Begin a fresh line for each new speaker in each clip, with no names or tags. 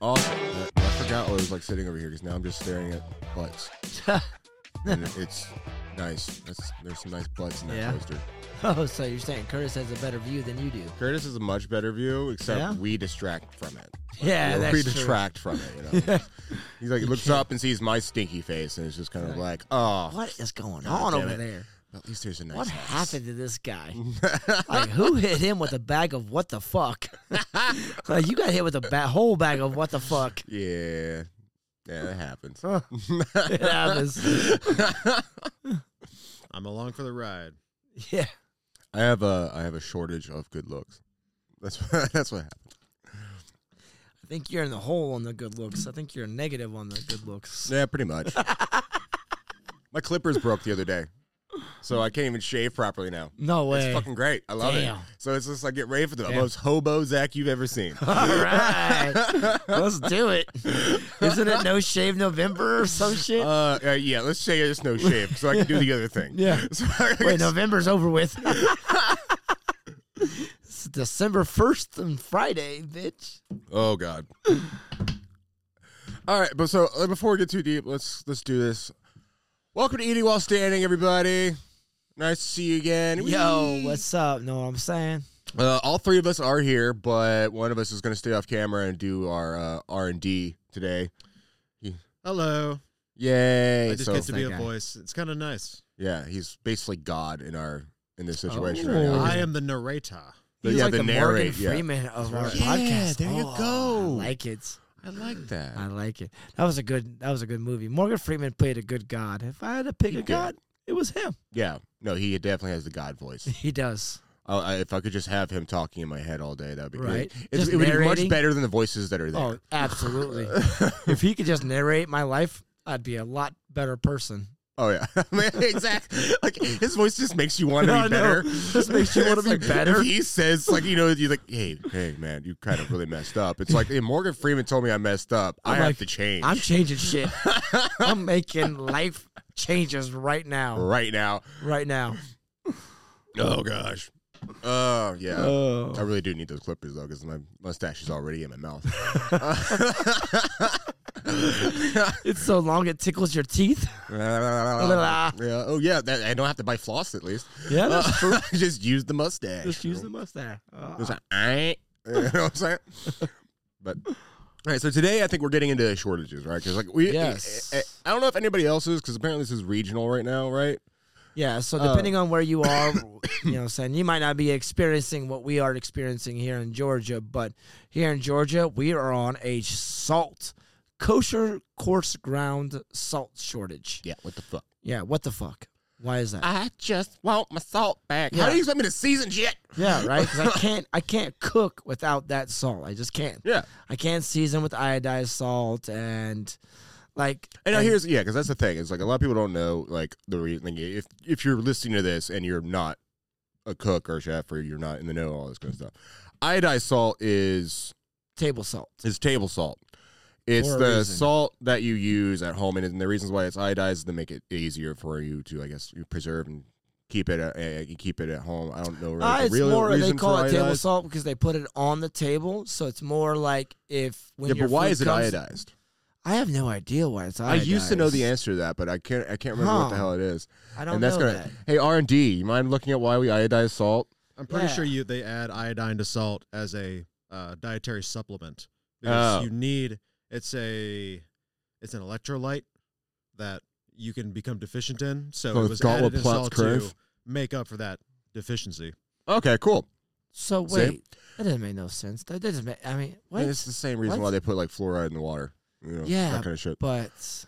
Oh, uh, I forgot what it was like sitting over here because now I'm just staring at butts. and it's nice. That's, there's some nice butts in that
Yeah.
poster.
Oh, so you're saying Curtis has a better view than you do?
Curtis is a much better view, except
Yeah?
we distract from it.
Yeah,
Or
that's
we
true.
detract from it. You know? He's like, he looks up and sees my stinky face, and it's just kind of like, oh,
What is going
God
on
damn
over
it.
there?
At least there's a nice.
What
house.
happened to this guy? like, who hit him with a bag of what the fuck? like, you got hit with a ba- whole bag of what the fuck.
Yeah, yeah, that happens.
It happens.
I'm along for the ride.
Yeah.
I have a I have a shortage of good looks. That's what, that's what happened.
I think you're in the hole on the good looks. I think you're negative on the good looks.
Yeah, pretty much. my clippers broke the other day, so I can't even shave properly now.
No way.
It's fucking great. I love
Damn.
it. So it's just like get ready for the
Damn.
most hobo Zach you've ever seen.
All right. Let's do it. Isn't it No Shave November or some shit?
Uh, uh, yeah, let's say there's no shave, so I can do the other thing.
Yeah.
So I can
Wait, November's over with. it's December 1st and Friday, bitch.
Oh God. All right, but so uh, before we get too deep, let's let's do this. Welcome to Eating While Standing, everybody. Nice to see you again.
Yo,
Whee!
what's up? Know what I'm saying?
Uh, all three of us are here, but one of us is going to stay off camera and do our uh, R and D today.
Hello.
Yay!
I just
so
get to be
that
a
guy.
voice. It's kind of nice.
yeah, he's basically God in our in this situation. Right
Oh.
now.
I am the narrator.
But
He's
yeah,
like
the
the Morgan
narrate, yeah.
Freeman of our
right.
Yeah,
podcast.
there you
Oh,
go.
I like it.
I like that.
I like it. That was a good. That was a good movie. Morgan Freeman played a good god. If I had to pick
He
a
did.
god, it was him.
yeah, no, he definitely has the God voice.
He does.
Oh, I, if I could just have him talking in my head all day, that would be great.
Right.
It's,
Just
it would be much
narrating?
better than the voices that are there.
Oh, absolutely. if he could just narrate my life, I'd be a lot better person.
Oh yeah, I mean, exactly. Like his voice just makes you want to
I
be
know.
better.
This makes you wanna
It's
be
like,
better.
If he says like you know you're like hey hey man you kind of really messed up. It's like hey, Morgan Freeman told me I messed up. i
I'm
have
like,
to change.
I'm changing shit. I'm making life changes right now.
right now.
Right now.
Oh gosh. Oh yeah.
Oh.
I really do need those clippers though because my mustache is already in my mouth.
It's so long it tickles your teeth.
yeah. Oh yeah. That, I don't have to buy floss at least.
Yeah, that's
Uh, just use the mustache.
Just
you
use
know?
the mustache. Oh.
It's like, "Aight." you know what I'm saying? But all right, so today I think we're getting into shortages, right? Because like we,
Yes.
I, I- I don't know if anybody else is, because apparently this is regional right now, right?
Yeah, so
Uh,
depending on where you are, you know, what I'm saying you might not be experiencing what we are experiencing here in Georgia, but here in Georgia, we are on a salt kosher coarse ground salt shortage.
Yeah. What the fuck?
Yeah, what the fuck? Why is that?
I just want my salt back.
Yeah.
How do you expect me to season shit?
yeah, right? 'Cause I can't I can't cook without that salt. I just can't.
Yeah.
I can't season with iodized salt and like
And now here's yeah, because that's the thing. It's like a lot of people don't know like the reason. Like, if if you're listening to this and you're not a cook or a chef or you're not in the know all this kind of stuff, iodized salt is
table salt.
is table salt. It's
For a
the
reason.
salt that you use at home, and the reasons why it's iodized is to make it easier for you to, I guess, you preserve and keep it. At, uh, you keep it at home. I don't know. Really,
Uh,
the
it's
real
more they
reason
call
for
it table
iodized.
salt because they put it on the table, so it's more like if when
Yeah,
your
but why
food
is it
comes-
iodized?
I have no idea why it's iodized.
I used to know the answer to that, but I can't. I can't remember what the
Huh.
hell it is.
I don't
and that's
know
gonna.
that.
Hey R and D, you mind looking at why we iodize salt?
I'm pretty
Yeah.
sure you they add iodine to salt as a uh, dietary supplement because
Oh.
you need it's a it's an electrolyte that you can become deficient in. So
So
it
it's
was
Gottlob
added in
Platt's
salt
curve?
to make up for that deficiency.
Okay, cool.
So wait,
Same.
that doesn't make no sense. That doesn't make. I mean, what?
And it's the same reason
What?
why they put like fluoride in the water. You know,
Yeah,
that kind of shit.
but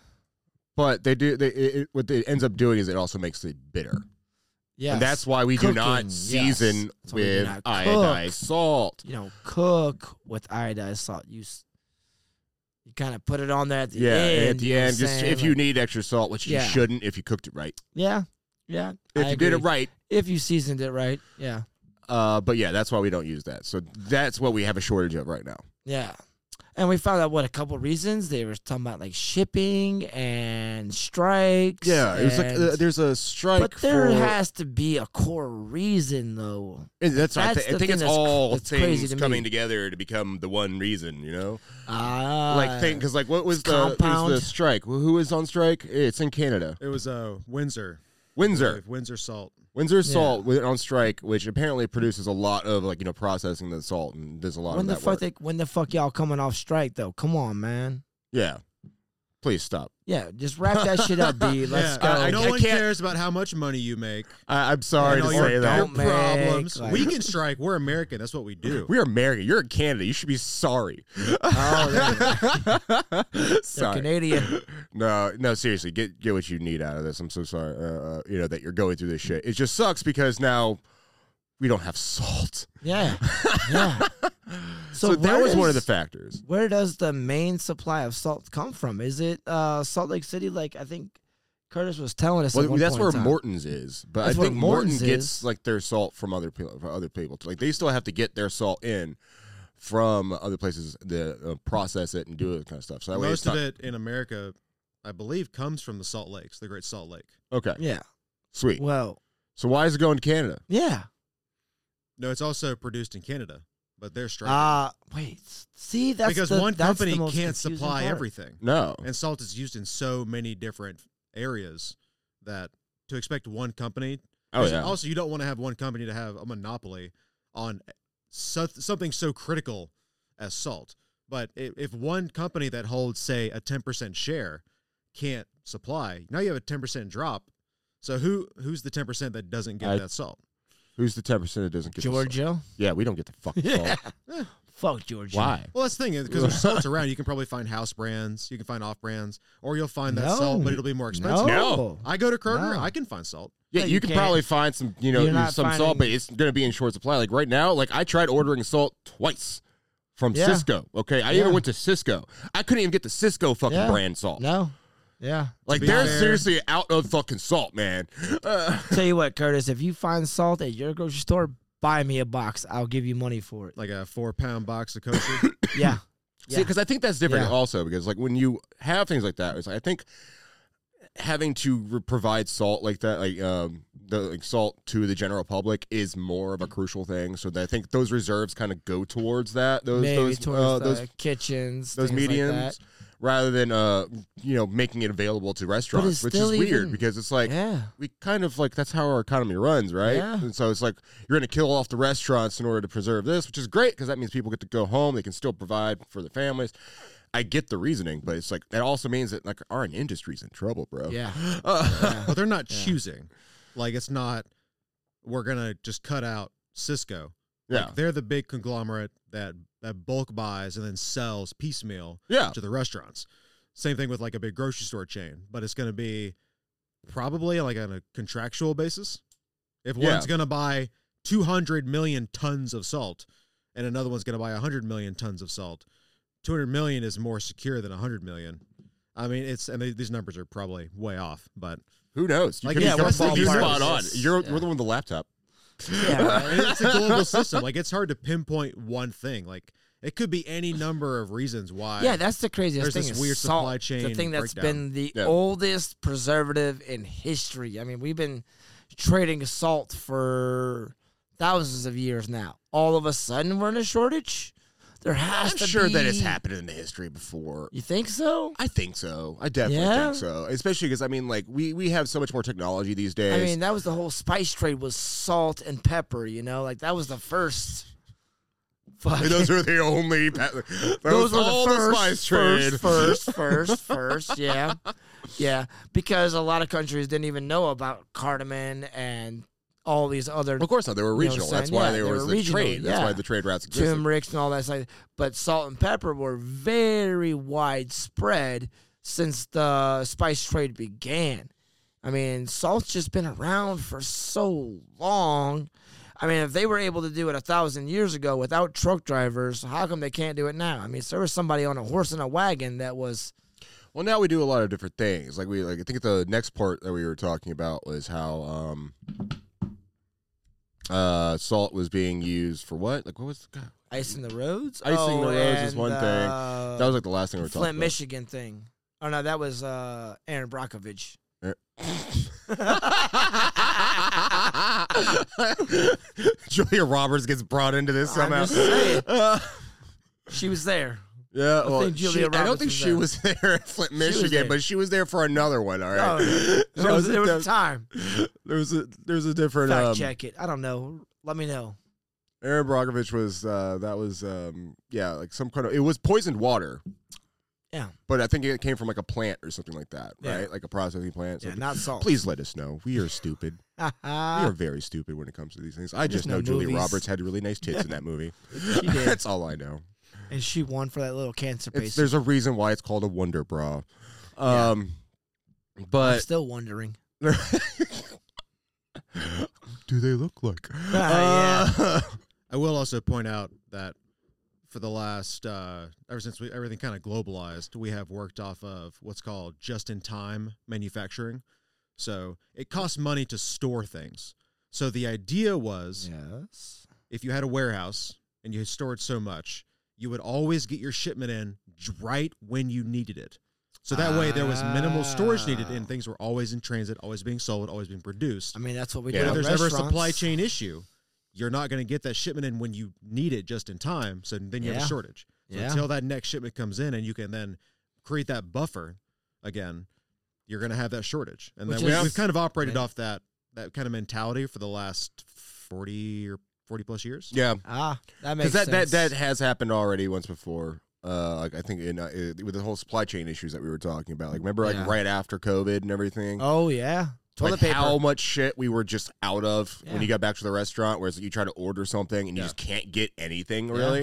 But they do. They it, it, what it ends up doing is it also makes it bitter.
yeah,
And that's why we do
Cooking,
not season
yes. That's why we do
with
not cook.
iodized salt.
you know cook with iodized salt. You s- you kind of put it on there at the
Yeah,
end.
and at the
you know what
end,
I'm
just
saying?
if you need extra salt, which
Yeah.
you shouldn't if you cooked it right.
yeah, yeah.
If
I
you did it
agree.
right,
if you seasoned it right, yeah,
uh, but yeah, that's why we don't use that. So that's what we have a shortage of right now.
yeah. And we found out what a couple reasons they were talking about like shipping and strikes.
Yeah, it was like
and-
uh, there's a strike.
but there
for,
has to be a core reason though.
and that's, what I,
that's
thi-
the
I think
thing
it's
that's cr-
all
that's crazy
things
to me.
coming together to become the one reason. You know,
Ah,
like think because like what was the, it was
compound.
the strike? Who who is on strike? It's in Canada.
It was uh, Windsor.
Windsor,
Windsor Salt.
Windsor
Yeah.
Salt went on strike, which apparently produces a lot of like you know processing the salt and does a lot
when
of
the
that
fuck
work.
they, when the fuck y'all coming off strike though? Come on, man.
yeah, please stop.
Yeah, just wrap that shit up, B. Let's
Yeah,
go.
I- I
no
can't-
one cares about how much money you make.
I, I'm sorry
and
to
all
say
your,
that.
your
Don't make,
problems.
like-
we can strike. We're American. That's what we do.
We are American. You're in Canada. You should be sorry.
Oh, they're- they're
sorry.
Canadian.
No, no, seriously, get get what you need out of this. I'm so sorry, uh, uh, you know, that you're going through this shit. It just sucks because now we don't have salt.
Yeah, yeah.
So, that
where
was one of the
does-
factors.
where does the main supply of salt come from? Is it uh, Salt Lake City? Like I think Curtis was telling us. at
Well,
one
that's
point
where
in time.
Morton's is, but
That's
I
where
think Morton
Morton's
gets
is.
like their salt from other people. From other people, like they still have to get their salt in from other places to uh, process it and do it kind of stuff. So that way, it's
Most of
not,
it in America, I believe, comes from the Salt Lakes, the Great Salt Lake.
Okay,
Yeah.
sweet.
Well,
So why is it going to Canada?
yeah.
No, it's also produced in Canada, but they're striking
Uh wait. See, that's
because
the-
one
that's the
company
most
can't
confusing
supply
part.
everything,
No,
and salt is used in so many different areas that to expect one company.
oh
'cause
yeah,
Also, you don't want to have one company to have a monopoly on so, something so critical as salt. But i- if one company that holds, say, a ten percent share, can't supply, now you have a ten percent drop. So who who's the ten percent that doesn't get
I-
that salt?
who's the ten percent that doesn't get the salt?
Georgia.
Yeah, we don't get the fucking
Yeah.
salt.
Fuck Georgia.
Why?
Well, that's the thing because there's salts around. You can probably find house brands, you can find off brands, or you'll find that
No.
salt, but it'll be more
No.
expensive.
No.
I go to Kroger,
No.
I can find salt.
Yeah,
No,
you,
you
can
can't.
probably find some, you know,
You're not
some salt,
finding-
but it's going to be in short supply. Like right now, like I tried ordering salt twice from
Yeah.
Cisco. Okay, I
Yeah.
even went to Cisco. I couldn't even get the Cisco fucking
Yeah.
brand salt.
No. Yeah.
Like
To be
they're
fair-
seriously out of fucking salt, man. Uh,
Tell you what, Curtis, if you find salt at your grocery store, buy me a box. I'll give you money for it.
Like a four pound box of kosher.
Yeah.
See, because I think that's different
Yeah.
also because like when you have things like that, it's like, I think having to re- provide salt like that, like um, the like salt to the general public is more of a crucial thing. So that I think those reserves kind of go towards that. Those
Maybe
those
towards
uh,
the
those
kitchens,
those
things like
mediums
that.
rather than uh you know making it available to restaurants
it's
which is
still
weird
even-
because it's like
yeah.
we kind of like that's how our economy runs right
Yeah.
and so it's like you're going to kill off the restaurants in order to preserve this which is great because that means people get to go home they can still provide for their families i get the reasoning but it's like that also means that like our industry's in trouble bro
Yeah.
Uh,
but they're not
Yeah.
choosing. Like it's not we're gonna just cut out Cisco.
yeah
They're the big conglomerate that that bulk buys and then sells piecemeal
yeah
to the restaurants. Same thing with like a big grocery store chain, but it's going to be probably like on a contractual basis. If
Yeah.
one's going to buy 200 million tons of salt and another one's going to buy 100 million tons of salt, 200 million is more secure than 100 million. I mean, it's and they, these numbers are probably way off, but
who knows you
Like,
could
yeah,
be
what's the
completely
use of
spot on
this?
you're
Yeah.
we're the one with the laptop
Yeah. right.
and it's a global system. Like it's hard to pinpoint one thing. Like it could be any number of reasons why.
Yeah, that's the craziest
There's
thing.
this
is
weird
salt.
supply
The
chain
thing that's
breakdown.
been the
Yeah.
oldest preservative in history. I mean, we've been trading salt for thousands of years now. All of a sudden, we're in a shortage. There has
i'm
to
sure
be.
that has happened in the history before
You think so?
I think so. I definitely
Yeah?
think so. Especially because I mean, like we we have so much more technology these days.
I mean, that was the whole spice trade was salt and pepper. You know, like that was the first. Fuck.
And those are the only. pa- That was
Those were
all
the first,
spice trade.
first, first, first, first, yeah, yeah. Because a lot of countries didn't even know about cardamom and all these other
Of course not. They were
what I'm
regional.
saying?
That's why
Yeah,
they
they
were
were
the
regional,
trade. That's why
yeah.
the trade routes existed.
turmericks and all that stuff. But salt and pepper were very widespread since the spice trade began. I mean, salt's just been around for so long. I mean, if they were able to do it a thousand years ago without truck drivers, how come they can't do it now? I mean, so there was somebody on a horse and a wagon that was
Well, now we do a lot of different things. Like we like I think the next part that we were talking about was how um uh, salt was being used for what? Like, what was the God,
Ice in the roads.
Icing
oh,
the roads is
and,
one thing.
uh,
That was like the last thing we were
Flint,
talking
Michigan thing. Oh no, that was uh, Aaron Brockovich.
about. Julia Roberts gets brought into this
I'm
somehow.
just saying.
Uh,
She was there.
yeah, well,
think Julia
she- I don't
Roberts
think
was
she
there.
was there at Flint,
was
Michigan,
there.
but she was there for another one. All right,
Oh, yeah.
That
There was,
a-
there was
that-
a time.
there was a there was a different
Fact
um,
check it. I don't know. Let me know.
Aaron Brockovich was uh, that was um, yeah like some kind of it was poisoned water.
Yeah.
but I think it came from like a plant or something like that,
Yeah.
right? Like a processing plant.
Yeah,
something.
not salt.
Please let us know. We are stupid. we are
she
very stupid when it comes to these things. I just
know
know Julia
movies.
Roberts had really nice tits in that movie.
did,
That's all I know.
and she won for that little cancer
It's,
patient.
there's a reason why it's called a wonder bra.
Yeah.
Um,
I'm
but
still wondering.
do they look like?
Ah,
Uh,
I will also point out that for the last uh, ever since we everything kind of globalized, we have worked off of what's called just-in-time manufacturing. So it costs money to store things. So the idea was
Yes.
if you had a warehouse and you stored so much, you would always get your shipment in j- right when you needed it. So that way there was minimal storage needed and
Ah.
things were always in transit, always being sold, always being produced.
I mean, that's what we
Yeah.
do.
But
at
if there's ever a supply
restaurants.
chain issue, you're not going to get that shipment in when you need it just in time. So then you have
Yeah.
a shortage. So
Yeah.
until that next shipment comes in and you can then create that buffer again, you're going to have that shortage. And
Which
then we,
is-
we've kind of operated
Yeah.
off that that kind of mentality for the last 40 or 40 plus years.
yeah,
Ah, that makes
because that, that
sense.
that has happened already once before. Uh, like I think in, uh, uh, with the whole supply chain issues that we were talking about, like remember like
Yeah.
right after COVID and everything.
oh yeah, toilet
like
paper.
how much shit we were just out of
Yeah.
when you got back to the restaurant, whereas you try to order something and you
Yeah.
just can't get anything
Yeah.
really.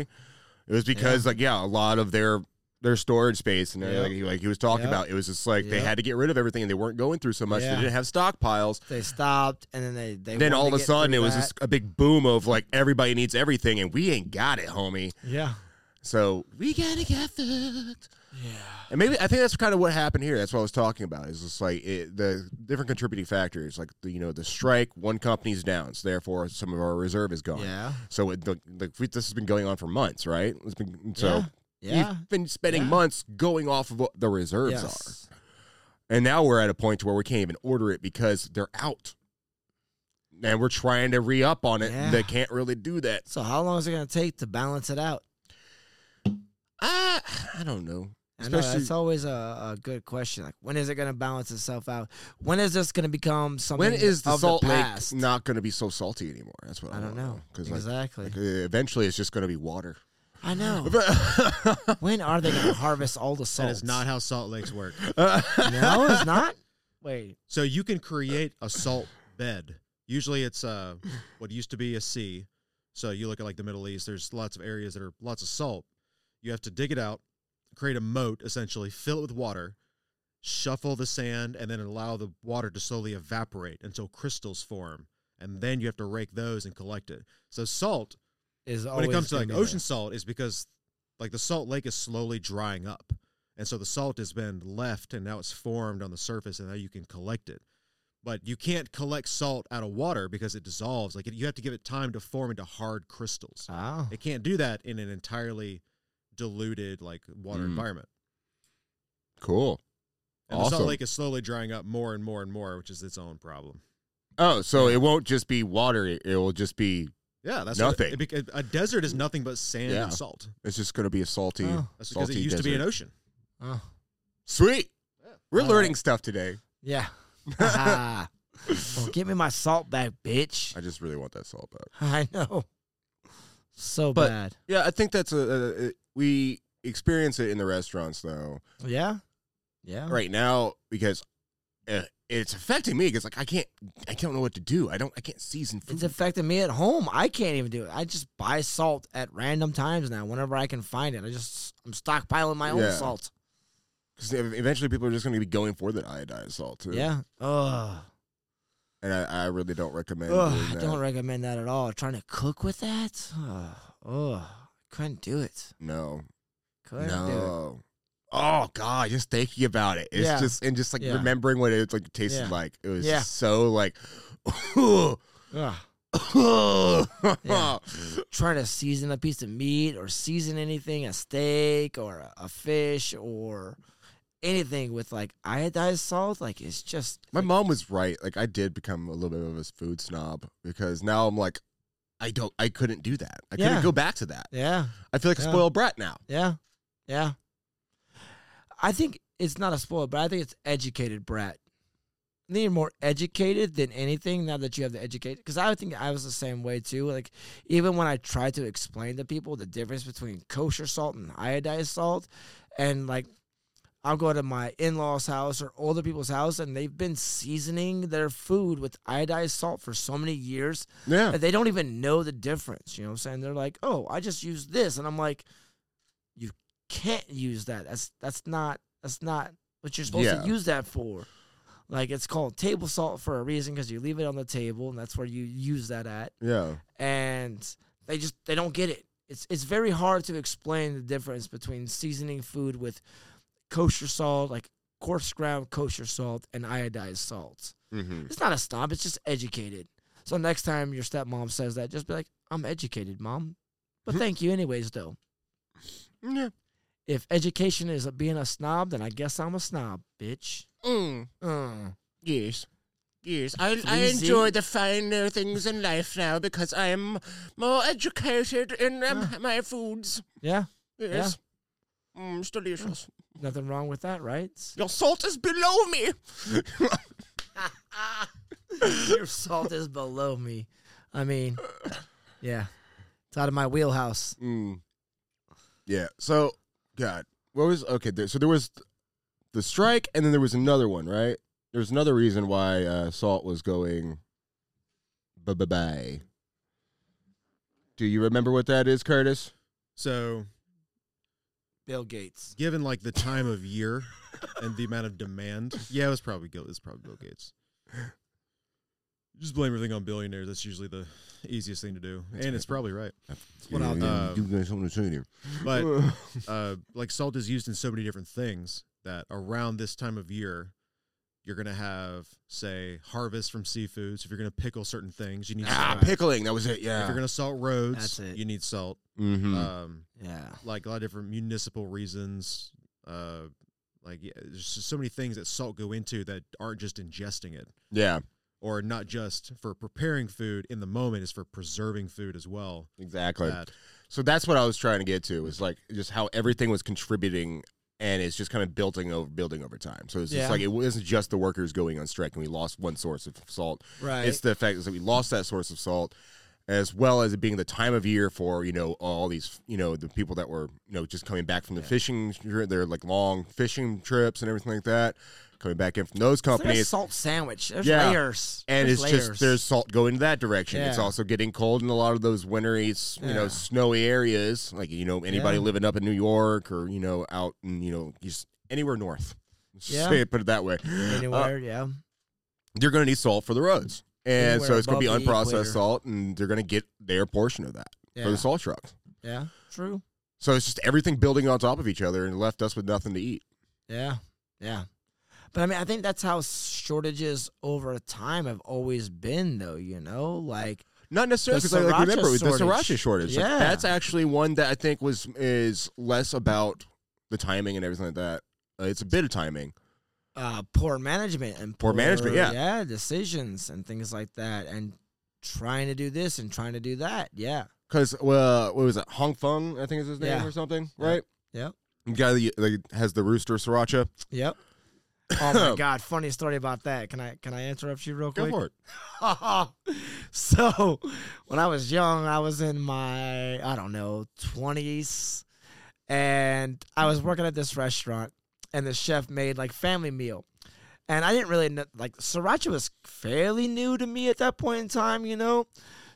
It was because like yeah, a lot of their their storage space and uh,
Yep.
like, he, like he was talking
Yep.
about, it was just like they
Yep.
had to get rid of everything and they weren't going through so much.
Yeah.
They didn't have stockpiles.
they stopped, and then they they.
then
wanted
all
to
of a
get
sudden,
through
it was
that.
just a big boom of like everybody needs everything, and we ain't got it, homie.
yeah,
So we gotta get fucked.
yeah,
And maybe I think that's kind of what happened here. That's what I was talking about. Is just like it, the different contributing factors, like the, you know the strike. One company's down, so therefore some of our reserve is gone.
yeah,
So it, the, the, this has been going on for months, right? It's been so
yeah.
you've been spending
Yeah.
months going off of what the reserves are,
Yes.
and now we're at a point to where we can't even order it because they're out, and we're trying to re up on it.
Yeah.
They can't really do that.
So how long is it going to take to balance it out?
I I don't know.
I know that's
Especially-
always a, a good question. Like, when is it going to balance itself out? When is this going to become something?
When is the
of
salt
the
lake
past?
not going to be so salty anymore? That's what I,
I don't know.
Because
exactly.
like, e-, eventually, it's just going to be water.
I know.
But-
when are they going to harvest all the salt?
That is not how salt lakes work.
No, it's not. Wait.
So you can create a salt bed. Usually it's uh, what used to be a sea. So you look at like the Middle East, there's lots of areas that are lots of salt. You have to dig it out, create a moat essentially, fill it with water, shuffle the sand, and then allow the water to slowly evaporate until crystals form. And then you have to rake those and collect it. So salt,
Is
when it comes
always
to like
gonna be
ocean salt, is because like the salt lake is slowly drying up. And so the salt has been left and now it's formed on the surface and now you can collect it. But you can't collect salt out of water because it dissolves. Like you have to give it time to form into hard crystals.
Ah.
there. Oh.
It can't do that in an entirely diluted like water
Mm.
environment.
cool.
And the
Awesome.
salt lake is slowly drying up more and more and more, which is its own problem.
Oh, so it won't just be water. It will just be.
Yeah, that's what
Nothing.
it- it bec- a desert is nothing but sand
Yeah.
and salt.
It's just going to be a salty.
Oh.
That's because
Salty
it used to be an
desert.
ocean.
Oh.
Sweet. We're
All
learning stuff today.
Yeah. well, give me my salt back, bitch.
I just really want that salt back.
I know. So
But-
bad.
Yeah, I think that's a, a, a we experience it in the restaurants though
Yeah. Yeah.
right now because uh, it's affecting me because like I can't I don't know what to do. I don't I can't season food.
It's affecting me at home. I can't even do it. I just buy salt at random times now, whenever I can find it. I just I'm stockpiling my own
Yeah.
salt.
Because eventually people are just going to be going for that iodized salt too.
Yeah. Ugh.
and I, I really don't recommend. doing
Ugh. I
that.
don't recommend that at all. Trying to cook with that. Ugh. Ugh. Couldn't do it.
no,
Couldn't do it.
no. Oh God, just thinking about it, it's
Yeah.
just and just like
Yeah.
remembering what it's like tasted
Yeah.
like. It was
Yeah.
just so like, ooh,
Ugh. Yeah. trying to season a piece of meat or season anything, a steak or a, a fish or anything with like iodized salt, like it's just
My mom was right. Like I did become a little bit of a food snob because now I'm like, I don't, I couldn't do that. I
Yeah.
couldn't go back to that.
yeah,
I feel like
Yeah.
a spoiled brat now.
yeah, yeah. I think it's not a spoiled brat. I think it's educated brat. I think you're more educated than anything now that you have to educate. Because I think I was the same way too. Like even when I tried to explain to people the difference between kosher salt and iodized salt, and like I'll go to my in law's house or older people's house, and they've been seasoning their food with iodized salt for so many years
Yeah.
that they don't even know the difference. You know what I'm saying? They're like, oh, I just use this, and I'm like, you can't use that. That's that's not that's not what you're supposed
Yeah.
to use that for. Like it's called table salt for a reason because you leave it on the table, and that's where you use that at
Yeah.
and they just they don't get it. It's it's very hard to explain the difference between seasoning food with kosher salt, like coarse ground kosher salt, and iodized salt.
Mm-hmm.
It's not a snob. It's just educated. So next time your stepmom says that, just be like, "I'm educated, mom," but thank you anyways, though.
Yeah.
If education is being a snob, then I guess I'm a snob, bitch.
Mm.
Uh.
Yes. Yes. I,
I enjoy
the finer things in life now because I am more educated in
um,
my foods.
Yeah,
Yes. Mm, it's delicious.
nothing wrong with that, right?
Your salt is below me.
Your salt is below me. I mean, yeah, it's out of my wheelhouse.
Mm. Yeah. So, God, what was okay? There, so there was the strike, and then there was another one, right? There was another reason why uh, Salt was going. Bye bye bye. Do you remember what that is, Curtis?
So,
Bill Gates.
given like the time of year and the amount of demand, yeah, it was probably Bill. It's probably Bill Gates. Just blame everything on billionaires. That's usually the easiest thing to do, and it's probably right.
what I'll
Yeah, do.
You got something to say here.
But uh, like salt is used in so many different things that around this time of year, you're gonna have say harvest from seafoods. If you're gonna pickle certain things, you need
ah,
salt.
pickling. That was it.
If
Yeah.
you're gonna salt roads,
That's it.
you need salt.
mm-hmm.
Um,
Yeah.
like a lot of different municipal reasons. Uh, like yeah, there's just so many things that salt go into that aren't just ingesting it,
yeah.
or not just for preparing food in the moment, is for preserving food as well.
Exactly.
That-
So that's what I was trying to get to. Is like just how everything was contributing, and it's just kind of building over building over time. So it's
Yeah.
just like it wasn't just the workers going on strike, and we lost one source of salt.
Right.
It's the fact that we lost that source of salt, as well as it being the time of year for you know all these you know the people that were you know just coming back from the fishing fishing, their like long fishing trips and everything like that, coming back in from those
It's like a
companies.
salt sandwich. There's
Yeah.
layers.
and
there's
it's
layers.
just there's salt going in that direction. It's
Yeah.
also getting cold in a lot of those wintry, s- you
Yeah.
know, snowy areas. Like you know, anybody
Yeah.
living up in New York or you know, out in you know, just anywhere north. Let's just
Yeah.
Say it, put it that way. Uh,
anywhere. yeah.
they're going to need salt for the roads, and so
Anywhere
it's going to be
above the
unprocessed
equator.
salt, and they're going to get their portion of that for
Yeah.
the salt trucks.
yeah. True.
So it's just everything building on top of each other, and left us with nothing to eat.
Yeah. Yeah. But I mean, I think that's how shortages over time have always been, though. You know, like
Not necessarily
The
because I like,
sriracha
remember the
shortage.
sriracha shortage. Like,
Yeah.
that's actually one that I think was is less about the timing and everything like that. Uh, it's a bit of timing.
uh, poor management and
Poor management, yeah.
yeah, decisions and things like that, and trying to do this and trying to do that. Yeah.
Because uh, what was it? Hong Feng, I think is his name
Yeah.
or something,
Yeah.
right?
Yeah.
The guy that, that has the rooster sriracha.
Yep. Oh my god, funny story about that. Can I can I interrupt you real
Go
quick?
for it.
so when I was young, I was in my I don't know twenties, and I was working at this restaurant, and the chef made like family meal, and I didn't really know, like sriracha was fairly new to me at that point in time, you know.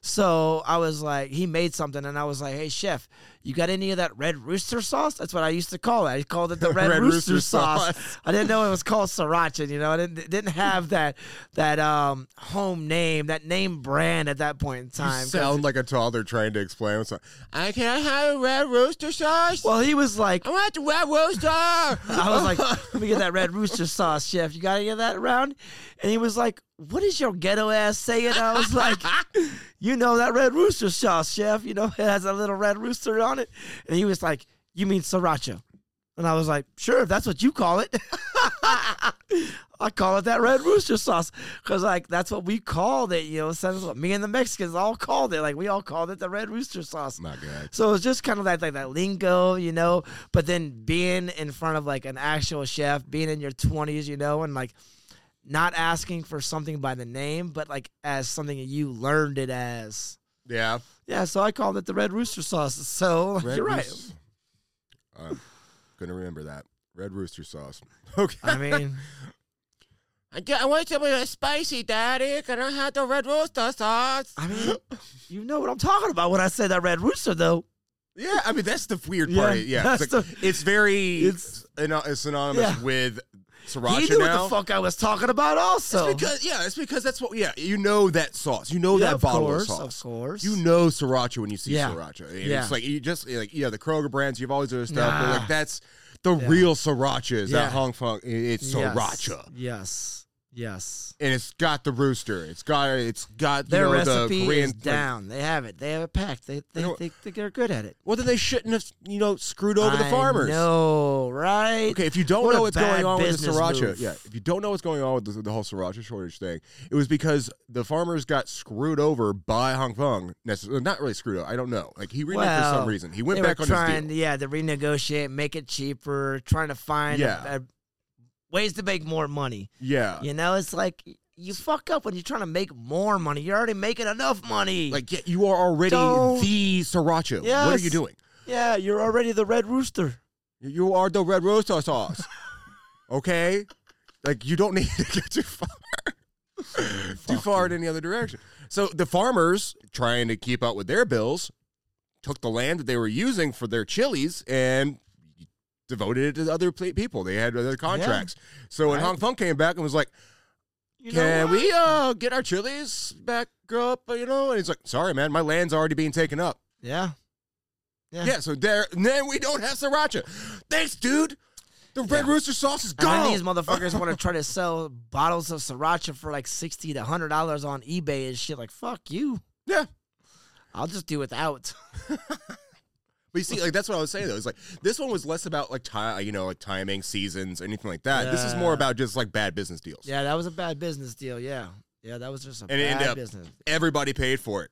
So I was like, he made something, and I was like, "Hey, chef, you got any of that red rooster sauce?" That's what I used to call it. I called it the red,
Red
rooster,
rooster
sauce.
sauce.
I didn't know it was called sriracha. You know, I didn't it didn't have that that um home name, that name brand at that point in
You
time. 'Cause-
sound like a toddler trying to explain something. I can I have a red rooster sauce.
well, he was like,
I want the red rooster.
I was like, let me get that red rooster sauce, chef. You got to get that around. And he was like, what is your ghetto ass saying? I was like, you know that red rooster sauce, chef. You know it has a little red rooster on it. And he was like, you mean sriracha? And I was like, sure, if that's what you call it. I call it that red rooster sauce because like that's what we called it. You know, so that's what me and the Mexicans all called it. Like we all called it the red rooster sauce.
Not good.
So it's just kind of like, like that lingo, you know. But then being in front of like an actual chef, being in your twenties, you know, and like not asking for something by the name, but like as something you learned it as.
Yeah.
Yeah, so I called it the red rooster sauce. So like,
Red
you're
Roos- I'm gonna remember that red rooster sauce. Okay.
right. I mean,
I, get, I want to be spicy, Daddy. Can I have the red rooster sauce?
I mean, you know what I'm talking about when I say that red rooster, though.
Yeah, I mean that's the weird
Yeah,
part. of it. Yeah, it's,
that's
like- it's very
it's-
it's, it's synonymous
Yeah.
with
He
sriracha
knew
now.
what the fuck I was talking about,
It's
also.
because yeah, it's because that's what yeah you know that sauce. You know
Yeah,
that
of
bottle
course,
of
of
sauce.
course.
You know sriracha when you see
Yeah.
sriracha. And
Yeah.
It's like you just like yeah the Kroger brands you've always those stuff.
Nah.
But like that's the
Yeah.
real sriracha. Is
Yeah.
that Hong Kong? It's
Yes,
sriracha.
Yes. Yes.
and it's got the rooster. It's got it's got you
Their
know,
recipe
the Korean
is
like-
down. they have it. They have it packed. They they,
You know-
they, they are good at it.
well, then they shouldn't have you know screwed over the farmers.
No, right?
Okay, if you don't
What a
know what's
bad
going on with the
business
sriracha,
move.
yeah, if you don't know what's going on with the, the whole sriracha shortage thing, it was because the farmers got screwed over by Hong Kong. Necess- not really screwed up. I don't know. Like he reneged for
Well,
some reason. He went
they
back
were
on
trying,
his deal.
Yeah, to renegotiate, make it cheaper, trying to find
Yeah. Uh,
uh, ways to make more money.
Yeah.
You know, it's like you fuck up when you're trying to make more money. You're already making enough money.
Like yeah, you are already
Don't-
the sriracha. What are
Yes.
you doing?
yeah, you're already the red rooster.
You are the red rooster sauce. okay? Like you don't need to get too far. too far in any other direction. So the farmers trying to keep up with their bills took the land that they were using for their chilies and devoted it to other ple- people. They had other contracts. So when
Right.
Hong Kong came back and was like,
You know
"Can
what?
we uh, get our chilies back up?" You know, and he's like, "Sorry, man, my land's already being taken up."
Yeah. Yeah.
Yeah, so there, then we don't have sriracha. Thanks, dude. The red
Yeah.
rooster sauce is
And
gone.
then these motherfuckers want to try to sell bottles of sriracha for like sixty to hundred dollars on eBay and shit. Like fuck you.
yeah,
I'll just do without.
but you see, like that's what I was saying though. It's like this one was less about like time, you know, like timing, seasons, anything like that. This is more
Yeah.
about just like bad business deals.
Yeah, that was a bad business deal. Yeah, yeah, that was just a
And it
bad
ended up-
business.
Everybody paid for it.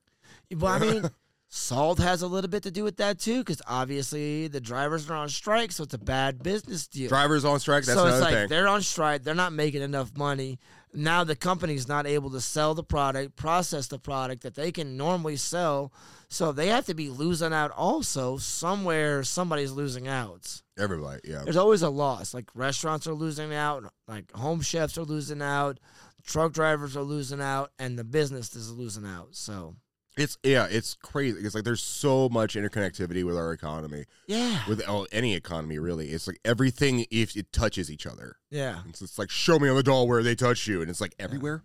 Well, I mean, salt has a little bit to do with that too, because obviously the drivers are on strike, so it's a bad business deal.
Drivers on strike. That's
so it's
another
like
thing.
they're on strike, they're not making enough money. Now the company's not able to sell the product, process the product that they can normally sell, so they have to be losing out. Also, somewhere somebody's losing out.
Everybody. Yeah.
There's always a loss. Like restaurants are losing out, like home chefs are losing out, truck drivers are losing out, and the business is losing out. So
It's yeah. It's crazy. It's like there's so much interconnectivity with our economy,
yeah,
with oh, any economy really. It's like everything if it touches each other.
yeah.
It's, it's like show me on the doll where they touch you, and it's like everywhere,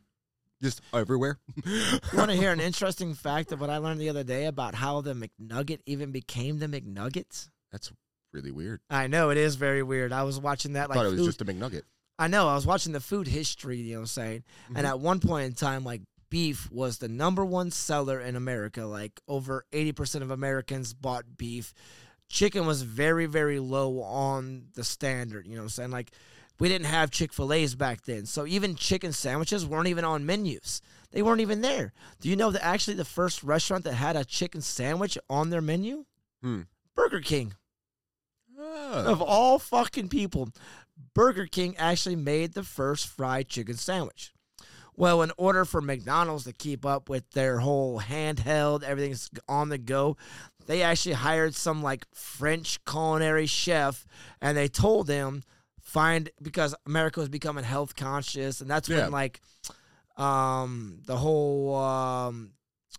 just everywhere.
You want to hear an interesting fact of what I learned the other day about how the McNugget even became the McNugget?
That's really weird.
I know it is very weird. I was watching that
I
like
thought it was
food-
just a McNugget.
I know I was watching the food history. You know what I'm saying?
Mm-hmm.
And at one point in time, like beef was the number one seller in America. Like over 80% of Americans bought beef. Chicken was very, very low on the standard. You know what I'm saying? Like we didn't have Chick fil A's back then. So even chicken sandwiches weren't even on menus. They weren't even there. Do you know that actually the first restaurant that had a chicken sandwich on their menu?
Hmm.
Burger King
Oh.
of all fucking people, Burger King actually made the first fried chicken sandwich. Well, in order for McDonald's to keep up with their whole handheld, everything's on the go, they actually hired some like French culinary chef and they told them find because America was becoming health conscious and that's
Yeah.
when like um the whole um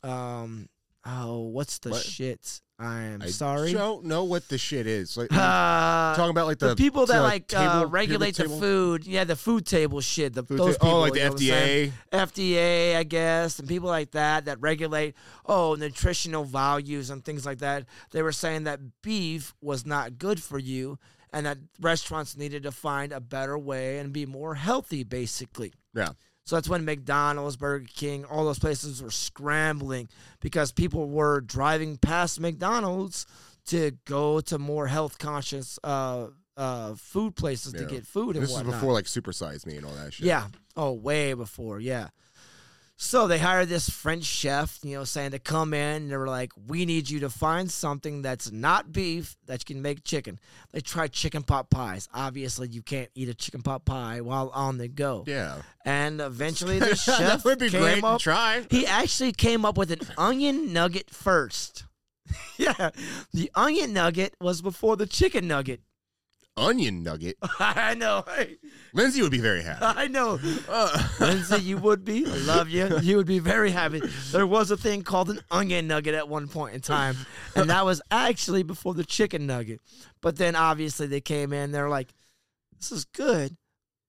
um oh what's the
What?
shit? I'm
I
sorry.
don't know what the shit is. Like,
Uh,
talking about like
the,
the,
people that
the
like uh,
table-
regulate the
period table?
food, yeah, the food table shit. The,
Food
those
table-
people,
oh, like the
you know what I'm saying?
FDA.
FDA, I guess, and people like that that regulate oh nutritional values and things like that. They were saying that beef was not good for you, and that restaurants needed to find a better way and be more healthy, basically.
Yeah.
So that's when McDonald's, Burger King, all those places were scrambling because people were driving past McDonald's to go to more health conscious uh, uh, food places to
Yeah.
get food. And
This is
whatnot.
before like supersize me and all that shit.
Yeah. Oh, way before. Yeah. So they hired this French chef, you know, saying to come in. And they were like, "We need you to find something that's not beef that you can make chicken." They tried chicken pot pies. Obviously, you can't eat a chicken pot pie while on the go.
Yeah.
And eventually, the chef
that would be
came
great.
up.
to Try.
He actually came up with an onion nugget first. yeah, the onion nugget was before the chicken nugget.
Onion nugget.
I know. I,
Lindsay would be very happy.
I know.
Uh,
Lindsay, you would be. I love you. You would be very happy. There was a thing called an onion nugget at one point in time, and that was actually before the chicken nugget. But then obviously they came in. They're like, "This is good,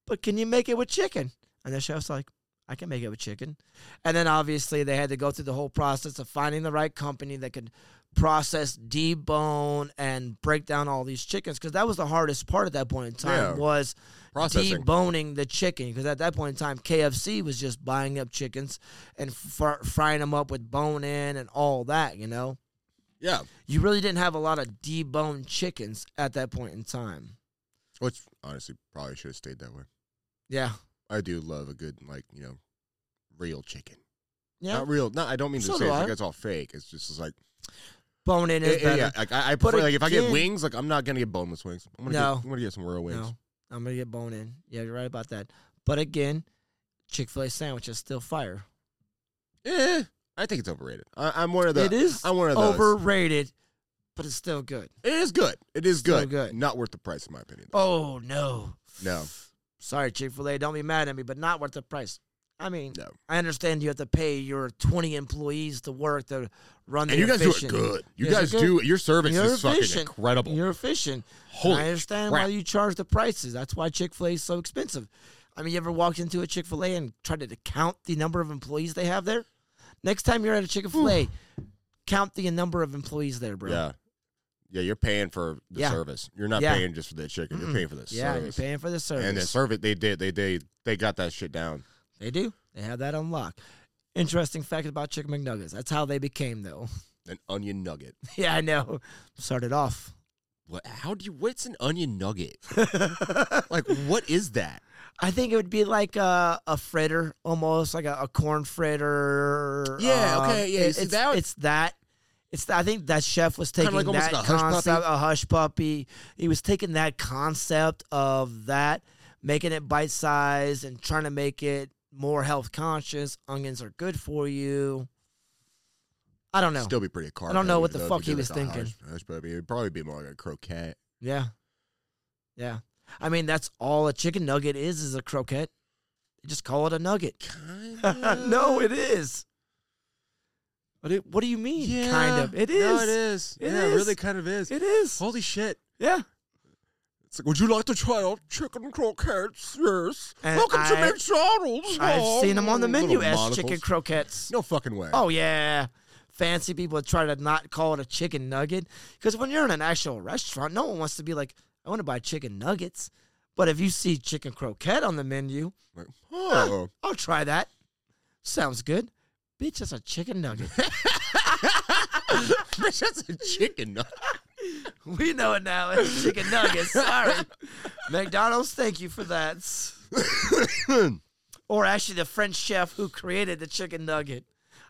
but can you make it with chicken?" And the chef's like, "I can make it with chicken." And then obviously they had to go through the whole process of finding the right company that could process, debone, and break down all these chickens because that was the hardest part at that point in time
Yeah.
was
Processing.
deboning the chicken because at that point in time KFC was just buying up chickens and fr- frying them up with bone in and all that you know
yeah.
you really didn't have a lot of deboned chickens at that point in time
Which honestly probably should have stayed that way.
yeah
I do love a good like you know, real chicken.
yeah
Not real. No, I don't mean to
So
say
do
it's
I.
like it's all fake. It's just it's like
bone in is
Yeah,
better
yeah, like I, I prefer, like if I
again-
get wings, like I'm not gonna get boneless wings. I'm gonna
No.
get, I'm gonna get some real wings.
no I'm gonna get bone in yeah you're right about that but again Chick-fil-A sandwich is still fire
Eh, I think it's overrated. I, I'm one of the.
it is
I'm one of those.
overrated but it's still good
It is good. It is
Still
good.
good.
Not worth the price, in my opinion. though.
oh no
No.
Sorry, Chick fil A, don't be mad at me, but not worth the price. I mean,
No.
I understand you have to pay your 20 employees to work to run the
And you guys
efficient.
do it good. You
Yes,
guys
you're
do it. Your service
You're
is fucking
efficient.
incredible.
You're efficient.
Holy
I understand
crap.
why you charge the prices. That's why Chick fil A is so expensive. I mean, you ever walked into a Chick fil A and tried to count the number of employees they have there? Next time you're at a Chick fil A, count the number of employees there, bro.
yeah. Yeah, you're paying for the
Yeah.
service. You're not
Yeah.
paying just for the chicken. You're paying for the
Yeah, you're
service.
paying for the service.
And the service, they did. They they they got that shit down.
They do. They have that on lock. Interesting fact about Chicken McNuggets. That's how they became, though.
An onion nugget.
yeah, I know. Started off.
What? How do you? What's an onion nugget? like, what is that?
I think it would be like a, a fritter, almost like a, a corn fritter. um,
Yeah, okay, yeah, you see,
it's,
that would-
it's that. It's that. I think that chef was taking
Kinda like almost
that
like a hush puppy?
concept, a hush puppy. He was taking that concept of that, making it bite sized and trying to make it more health conscious. Onions are good for you. I don't know.
Still be pretty carb.
I don't know
heavy,
what the
though, if
fuck
you
he
did,
was
like, a
thinking.
hush- hush puppy. It'd probably be more like a croquette.
Yeah. Yeah. I mean, that's all a chicken nugget is, is a croquette. They just call it a nugget.
Kind
no, it is. But it, what do you mean? Kind of. It is.
No, it is. Oh.
It
yeah,
is.
it really kind of is.
It is.
Holy shit.
Yeah.
It's like, would you like to try out chicken croquettes? Yes.
And
Welcome to
I-
McDonald's.
I've seen them on the
Oh, Little
menu as
monocles.
chicken croquettes.
No fucking way.
Oh, yeah. Fancy people try to not call it a chicken nugget. Because when you're in an actual restaurant, no one wants to be like, I want to buy chicken nuggets. But if you see chicken croquette on the menu,
Like, oh.
I'll try that. Sounds good. Bitch, that's a chicken nugget.
Bitch, that's a chicken nugget.
we know it now. It's chicken nuggets. Sorry. McDonald's, thank you for that. Or actually, the French chef who created the chicken nugget.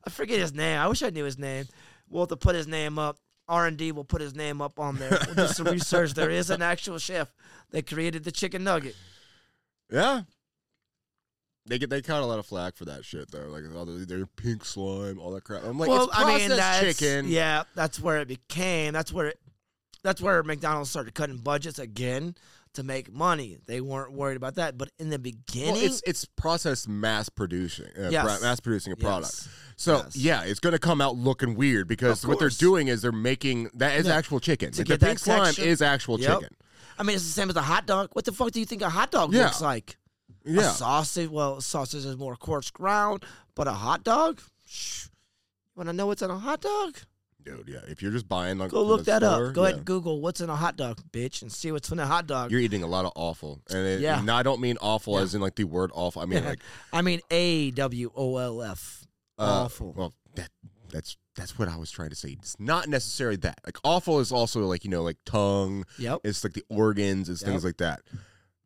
I forget his name. I wish I knew his name. We'll have to put his name up. R&D will put his name up on there. We'll do some research. There is an actual chef that created the chicken nugget.
Yeah. They get they caught a lot of flack for that shit though, like all the, their pink slime, all that crap. I'm like, it's processed chicken.
Yeah, that's where it became. That's where it, that's where McDonald's started cutting budgets again to make money. They weren't worried about that, but in the beginning,
Well, it's it's processed mass producing, uh,
Yes.
pro- mass producing a product.
Yes.
So
Yes.
yeah, it's going to come out looking weird because
Of
what they're
course.
doing is they're making that is
Yeah.
actual chicken.
To
Like
get
the
that
pink slime
texture.
is actual
Yep.
chicken.
I mean, it's the same as a hot dog. What the fuck do you think a hot dog
Yeah.
looks like? A
Yeah,
sausage. Well, sausage is more coarse ground, but a hot dog. Shh. Want to know what's in a hot dog?
dude. Yeah, if you're just buying, like,
Go
from
look
the
that
store,
up. Go ahead
yeah.
and Google what's in a hot dog, bitch, and see what's in a hot dog.
You're eating a lot of awful, and it,
Yeah.
and I don't mean awful as in like the word awful. I mean like
I mean A W O L F.
uh,
Awful.
Well, that that's that's what I was trying to say. It's not necessarily that. Like awful is also like you know like tongue.
Yep.
It's like the organs. It's
Yep.
things like that,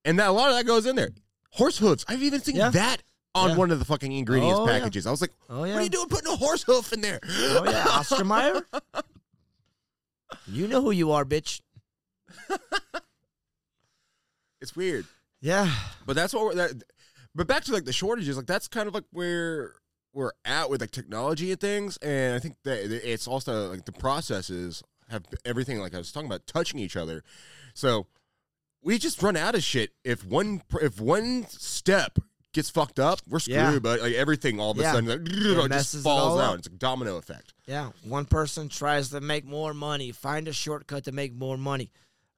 and that a lot of that goes in there. Horse hooves. I've even seen
Yeah.
that on
Yeah.
one of the fucking ingredients
Oh, yeah.
packages. I was like,
Oh yeah.
what are you doing putting a horse hoof in there?
Oh yeah, Oscar Mayer. you know who you are, bitch.
It's weird.
Yeah.
But that's what we're that. But back to like the shortages, like that's kind of like where we're at with like technology and things, and I think that it- it's also like the processes have everything like I was talking about touching each other, so we just run out of shit if one pr- if one step gets fucked up, we're screwed.
Yeah.
But like everything all of a
Yeah.
sudden like,
messes
just
it
falls
all
out.
up.
It's a domino effect.
Yeah. One person tries to make more money, find a shortcut to make more money.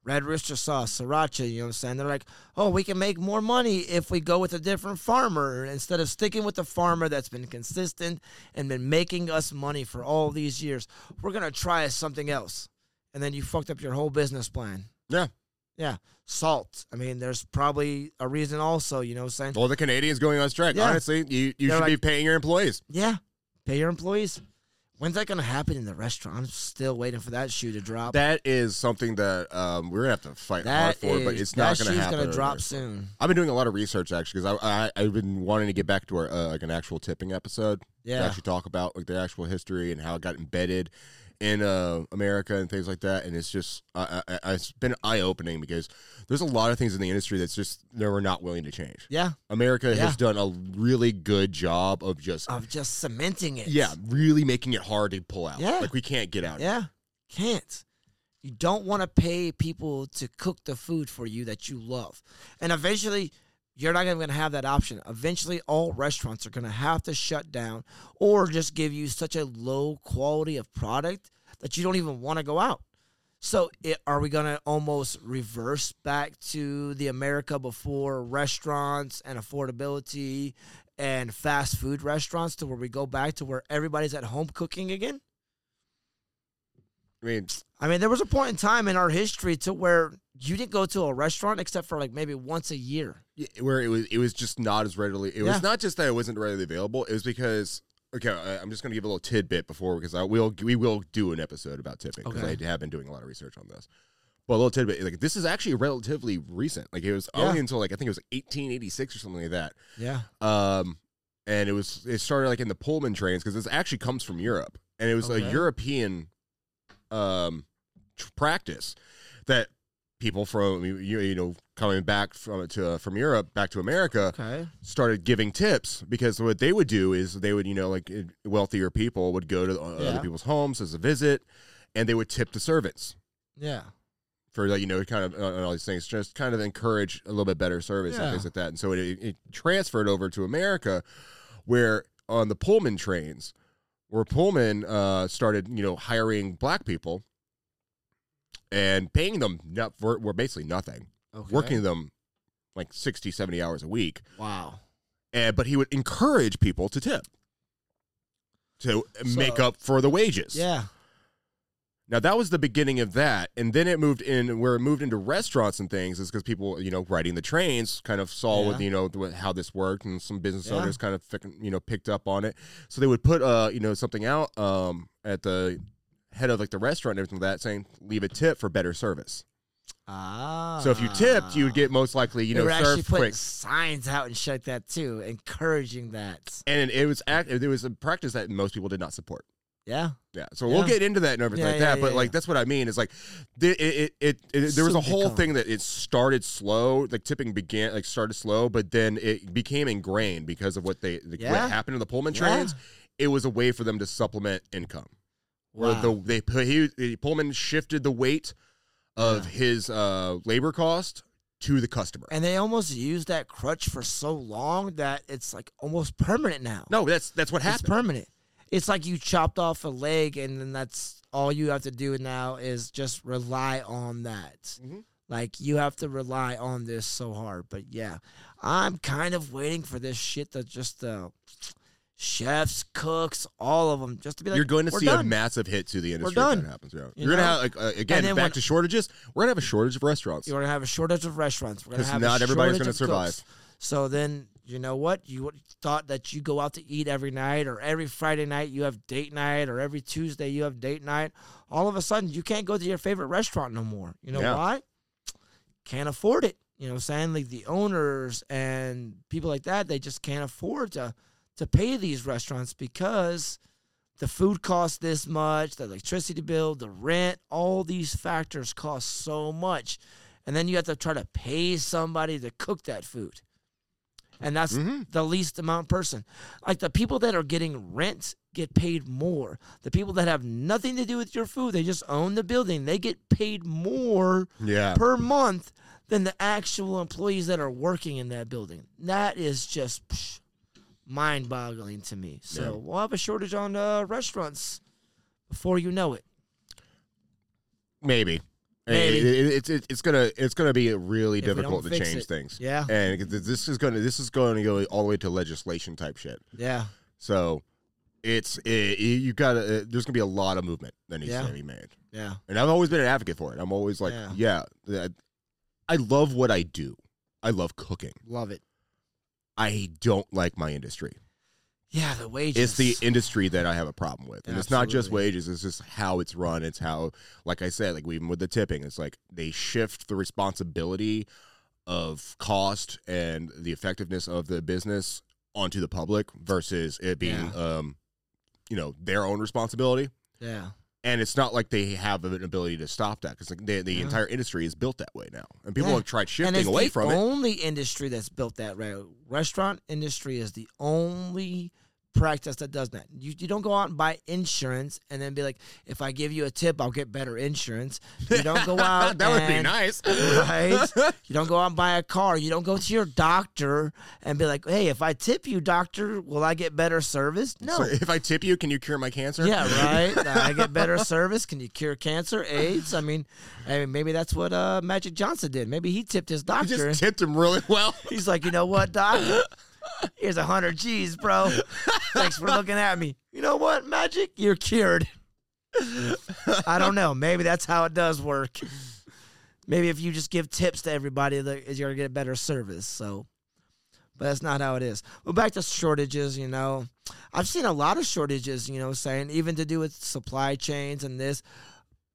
Red Rooster sauce, sriracha, you know what I'm saying? They're like, oh, we can make more money if we go with a different farmer instead of sticking with the farmer that's been consistent and been making us money for all these years. We're going to try something else. And then you fucked up your whole business plan.
Yeah.
Yeah. Salt. I mean, there's probably a reason also, you know what I'm saying?
Well, the Canadians going on strike.
Yeah.
Honestly, you you
They're
should be paying your employees.
Yeah. Pay your employees. When's that going to happen in the restaurant? I'm still waiting for that shoe to drop.
That is something that um, we're gonna have to fight hard
That
for, but
is-
it's not
that
gonna
shoe's
happen.
gonna
over
drop
there.
soon.
I've been doing a lot of research actually because I, I I've been wanting to get back to our, uh, like an actual tipping episode to
Yeah.
actually talk about like the actual history and how it got embedded in uh, America and things like that. And it's just I, I, I- it's been eye opening because there's a lot of things in the industry that's just they were not willing to change.
Yeah,
America
Yeah.
has done a really good job of just
of just cementing it.
yeah really making it hard to pull out.
Yeah.
like we can't get out.
yeah. Can't. You don't want to pay people to cook the food for you that you love, and eventually. You're not even going to have that option. Eventually, all restaurants are going to have to shut down or just give you such a low quality of product that you don't even want to go out. So, it, are we going to almost reverse back to the America before restaurants and affordability and fast food restaurants to where we go back to where everybody's at home cooking again?
I mean
I mean, there was a point in time in our history to where you didn't go to a restaurant except for like maybe once a year.
Yeah, where it was it was just not as readily it
Yeah.
was not just that it wasn't readily available it was because okay I, i'm just going to give a little tidbit before because i will we will do an episode about tipping because
Okay.
i have been doing a lot of research on this but a little tidbit like this is actually relatively recent like it was
Yeah.
only until like i think it was 1886 or something like that
Yeah.
um, and it was it started like in the Pullman trains because this actually comes from Europe, and it was a
Okay.
European um tr- practice that people from you, you know coming back from to uh, from Europe back to America
Okay.
started giving tips because what they would do is they would you know like wealthier people would go to uh,
Yeah.
other people's homes as a visit, and they would tip the servants
Yeah.
for like you know kind of uh, all these things just kind of encourage a little bit better service
Yeah.
and things like that and so it, it transferred over to america where on the pullman trains where pullman uh, started you know hiring black people and paying them not for, were basically nothing
Okay.
working them like 60 70 hours a week
Wow.
and, but he would encourage people to tip to make
So-
up for the wages
Yeah.
now that was the beginning of that, and then it moved in where it moved into restaurants and things is because people, you know, riding the trains kind of saw what
Yeah.
you know th- how this worked, and some business
Yeah.
owners kind of fic- you know picked up on it, so they would put uh you know something out um at the head of like the restaurant and everything like that, saying leave a tip for better service.
Ah.
so if you tipped, you would get most likely you
they
know
were actually
served
putting
quick.
signs out and shit like that too, encouraging that.
And it was act- it was a practice that most people did not support.
Yeah.
Yeah, so
Yeah.
we'll get into that and everything
Yeah,
like
yeah,
that.
yeah,
but
yeah.
like that's what I mean is like, the, it, it, it, it there was
Soon
a
to
whole
come.
thing that it started slow, like tipping began like started slow, but then it became ingrained because of what they like,
Yeah.
what happened to the Pullman
Yeah.
trains. It was a way for them to supplement income. Where
Wow.
the they put he, he- Pullman shifted the weight of his uh, labor cost to the customer.
And they almost used that crutch for so long that it's like almost permanent now.
no, that's that's what
it's
happened.
permanent. It's like you chopped off a leg, and then that's all you have to do now is just rely on that.
Mhm.
Like you have to rely on this so hard. But yeah, I'm kind of waiting for this shit to just uh, chefs, cooks, all of them, just to be like,
you're going to
"We're
see a
done."
massive hit to the industry
done.
if that happens. Yeah.
You
You are
know?
gonna have like uh, again
And then
back
when-
to shortages. We're gonna have a shortage of restaurants.
You're gonna have a shortage of restaurants. We're gonna
'Cause
have
not
a
everybody's
shortage
gonna
of
survive.
cooks. So then you know what you would- thought that you go out to eat every night, or every Friday night you have date night, or every Tuesday you have date night. All of a sudden you can't go to your favorite restaurant no more. You know
Yeah.
why? Can't afford it. You know, what I'm saying like the owners and people like that, they just can't afford to to pay these restaurants because the food costs this much, the electricity bill, the rent, all these factors cost so much. And then you have to try to pay somebody to cook that food. And that's the least amount person. Like the people that are getting rent get paid more. The people that have nothing to do with your food, they just own the building, they get paid more
Yeah.
per month than the actual employees that are working in that building. That is just mind boggling to me. So
Yeah.
we'll have a shortage on uh, restaurants before you know it.
Maybe. I-
Maybe.
it- it- it's it's- it's gonna it's gonna be really
If we
difficult to
don't fix
change
it.
things.
Yeah.
And th- this is gonna this is going to go all the way to legislation type shit.
Yeah.
So it's it, you got to there's gonna be a lot of movement that needs
Yeah.
to be made.
Yeah.
And I've always been an advocate for it. I'm always like,
Yeah.
yeah, that- I love what I do. I love cooking.
Love it.
I don't like my industry.
Yeah, the wages.
It's the industry that I have a problem with. And it's not just
Absolutely.
wages, it's just how it's run. It's how, like I said, like even with the tipping, it's like they shift the responsibility of cost and the effectiveness of the business onto the public versus it being, um, you know, their own responsibility.
yeah.
And it's not like they have an ability to stop that because like the, the
Yeah.
entire industry is built that way now. And people
Yeah.
have tried
and
shifting
it's
away
the
from it.
only industry that's built that way. Restaurant industry is the only practice that does that. You, you don't go out and buy insurance and then be like, if I give you a tip, I'll get better insurance. You don't go out.
that would be
and-
nice.
right? you don't go out and buy a car. You don't go to your doctor and be like, hey, if I tip you, doctor, will I get better service? No.
So if I tip you, can you cure my cancer?
yeah, right. I get better service. Can you cure cancer, AIDS? I mean, I mean, maybe that's what uh, Magic Johnson did. Maybe he tipped his
I
doctor.
just tipped him really well.
He's like, you know what, doc? Here's a hundred G's, bro. Thanks for looking at me. You know what, Magic? You're cured. I don't know. Maybe that's how it does work. Maybe if you just give tips to everybody, like, you're gonna get a better service. So, but that's not how it is. But back to shortages, you know, I've seen a lot of shortages. You know, saying even to do with supply chains and this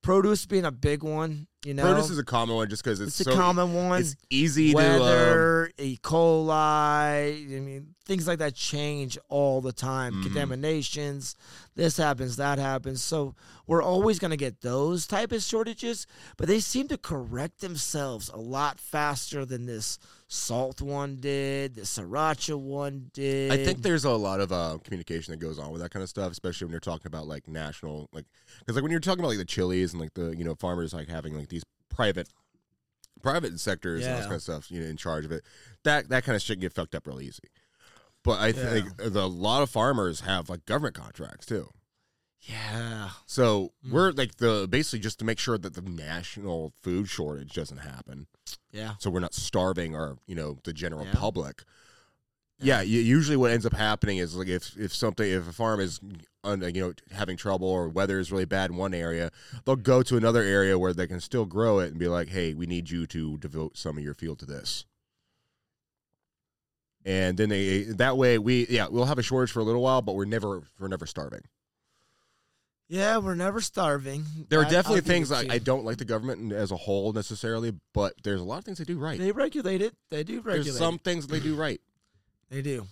produce being a big one. You know,
Produce is a common one just because it's,
it's
so
a common one
it's easy to. Um,
weather, E. coli, I mean, things like that change all the time.
Mm-hmm.
Contaminations, this happens, that happens. So we're always going to get those type of shortages, but they seem to correct themselves a lot faster than this salt one did, the sriracha one did.
um, I think there's a lot of uh, communication that goes on with that kind of stuff, especially when you're talking about like national, like because like when you're talking about like the chilies and like the you know farmers like having like these private, private sectors and
Yeah.
this kind of stuff, you know, in charge of it, that that kind of shit can get fucked up real easy. But I think the, a lot of farmers have like government contracts too.
yeah,
So
Hmm.
we're like the basically just to make sure that the national food shortage doesn't happen.
yeah,
so we're not starving our you know the general
Yeah.
public yeah u- usually what ends up happening is like if if something if a farm is un, you know having trouble or weather is really bad in one area they'll go to another area where they can still grow it and be like hey we need you to devote some of your field to this and then they that way we yeah we'll have a shortage for a little while but we're never we're never starving
yeah. We're never starving.
there are
That-
definitely
I'll give
things
it to
I,
you.
I don't like the government as a whole necessarily but there's a lot of things they do right
They regulate it. They do regulate.
there's some things they do right
it. They do.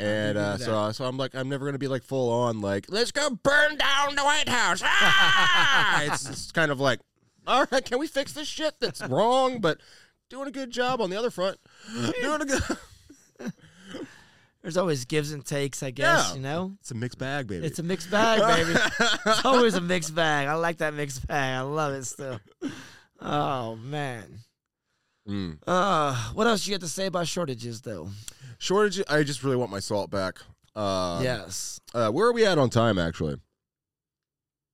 And
agree
uh,
with
so, uh, so I'm like, I'm never gonna be like full on like, let's go burn down the White House. Ah! it's, it's kind of like, all right, can we fix this shit that's wrong, but doing a good job on the other front. doing a good.
There's always gives and takes, I guess.
Yeah.
You know.
It's a mixed bag, baby.
It's a mixed bag, baby. it's always a mixed bag. I like that mixed bag. I love it still. Oh man.
Mm.
Uh, what else you got to say about shortages, though?
Shortage. I just really want my salt back. Uh,
yes.
Uh, where are we at on time, actually?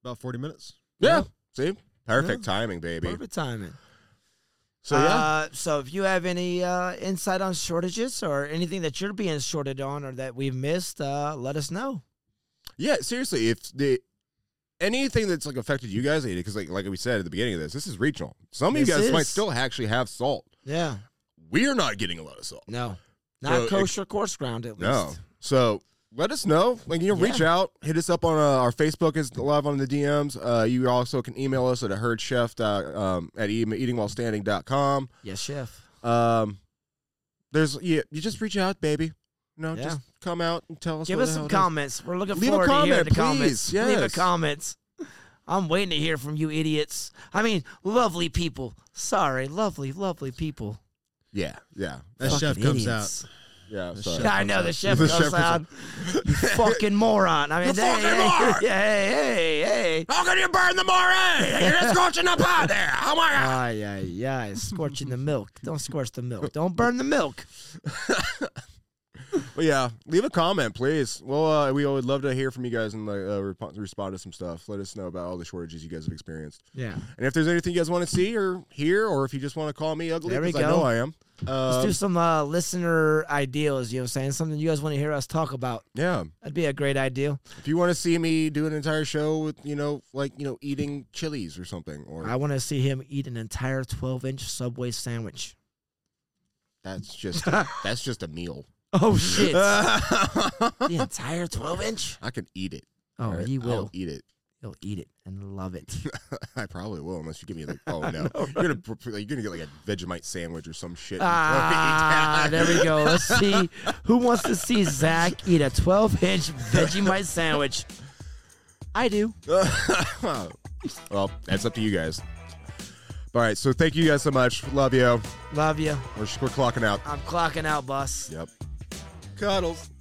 About 40 minutes.
Yeah. See, perfect timing, baby.
Perfect timing.
So yeah,
Uh, so if you have any uh, insight on shortages or anything that you're being shorted on or that we've missed, uh, let us know.
yeah. Seriously, if the anything that's like affected you guys, because like like we said at the beginning of this, this is regional. Some of you
This
guys might
is.
still actually have salt.
Yeah.
We're not getting a lot of salt.
No. Not
So,
kosher course ground at least.
No. So let us know. Like you know, reach out, hit us up on uh, our Facebook is live on the DMs. Uh, you also can email us at a herd chef dot, um, at e- eatingwhilestanding.com.
Yes, chef.
Um, there's yeah, you just reach out, baby. You know,
Yeah.
just come out and tell us.
Give
what
us
the
some
hell it is.
comments. We're looking
Leave a
forward to hearing
comment,
the comments.
please.
Leave a
Yes.
comment. I'm waiting to hear from you idiots. I mean, lovely people. Sorry, lovely, lovely people.
Yeah, yeah,
That chef
Fucking
comes out.
idiots.
yeah.
The
sorry.
chef
Yeah, I know the chef
The
comes
chef comes
out. You fucking moron. I mean,
You
hey,
fucking
hey,
moron.
yeah, hey, hey, hey.
How can you burn the moray? You're just scorching up out there. Oh my god.
Ay, ay, ay, scorching the milk. Don't scorch the milk. Don't burn the milk.
But yeah, leave a comment, please. Well, uh, we would love to hear from you guys and like uh, rep- respond to some stuff. Let us know about all the shortages you guys have experienced,
Yeah.
and if there's anything you guys want to see or hear, or if you just want to call me ugly
There we
because I know
go.
I am.
Let's
Uh,
do some uh, listener ideals, you know what I'm saying? Something you guys want to hear us talk about.
yeah,
That'd be a great idea.
if you want to see me do an entire show with you know like you know eating chilies or something, or
I want to see him eat an entire 12 inch Subway sandwich.
that's just that's just a meal.
Oh, shit. the
I
entire 12 inch?
can eat it.
Oh,
all right?
he
I'll
will.
eat it.
He'll eat it and love it.
I probably will, unless you give me like, oh no, you're gonna pr- pr- you're gonna get like a Vegemite sandwich or some shit. and
ah,
throw it
there
in.
we go. Let's see. Who wants to see Zach eat a 12 inch Vegemite sandwich? I do.
well, that's up to you guys. All right, so thank you guys so much. Love you.
Love you.
We're, we're clocking out.
I'm clocking out, boss.
Yep. Cuddles.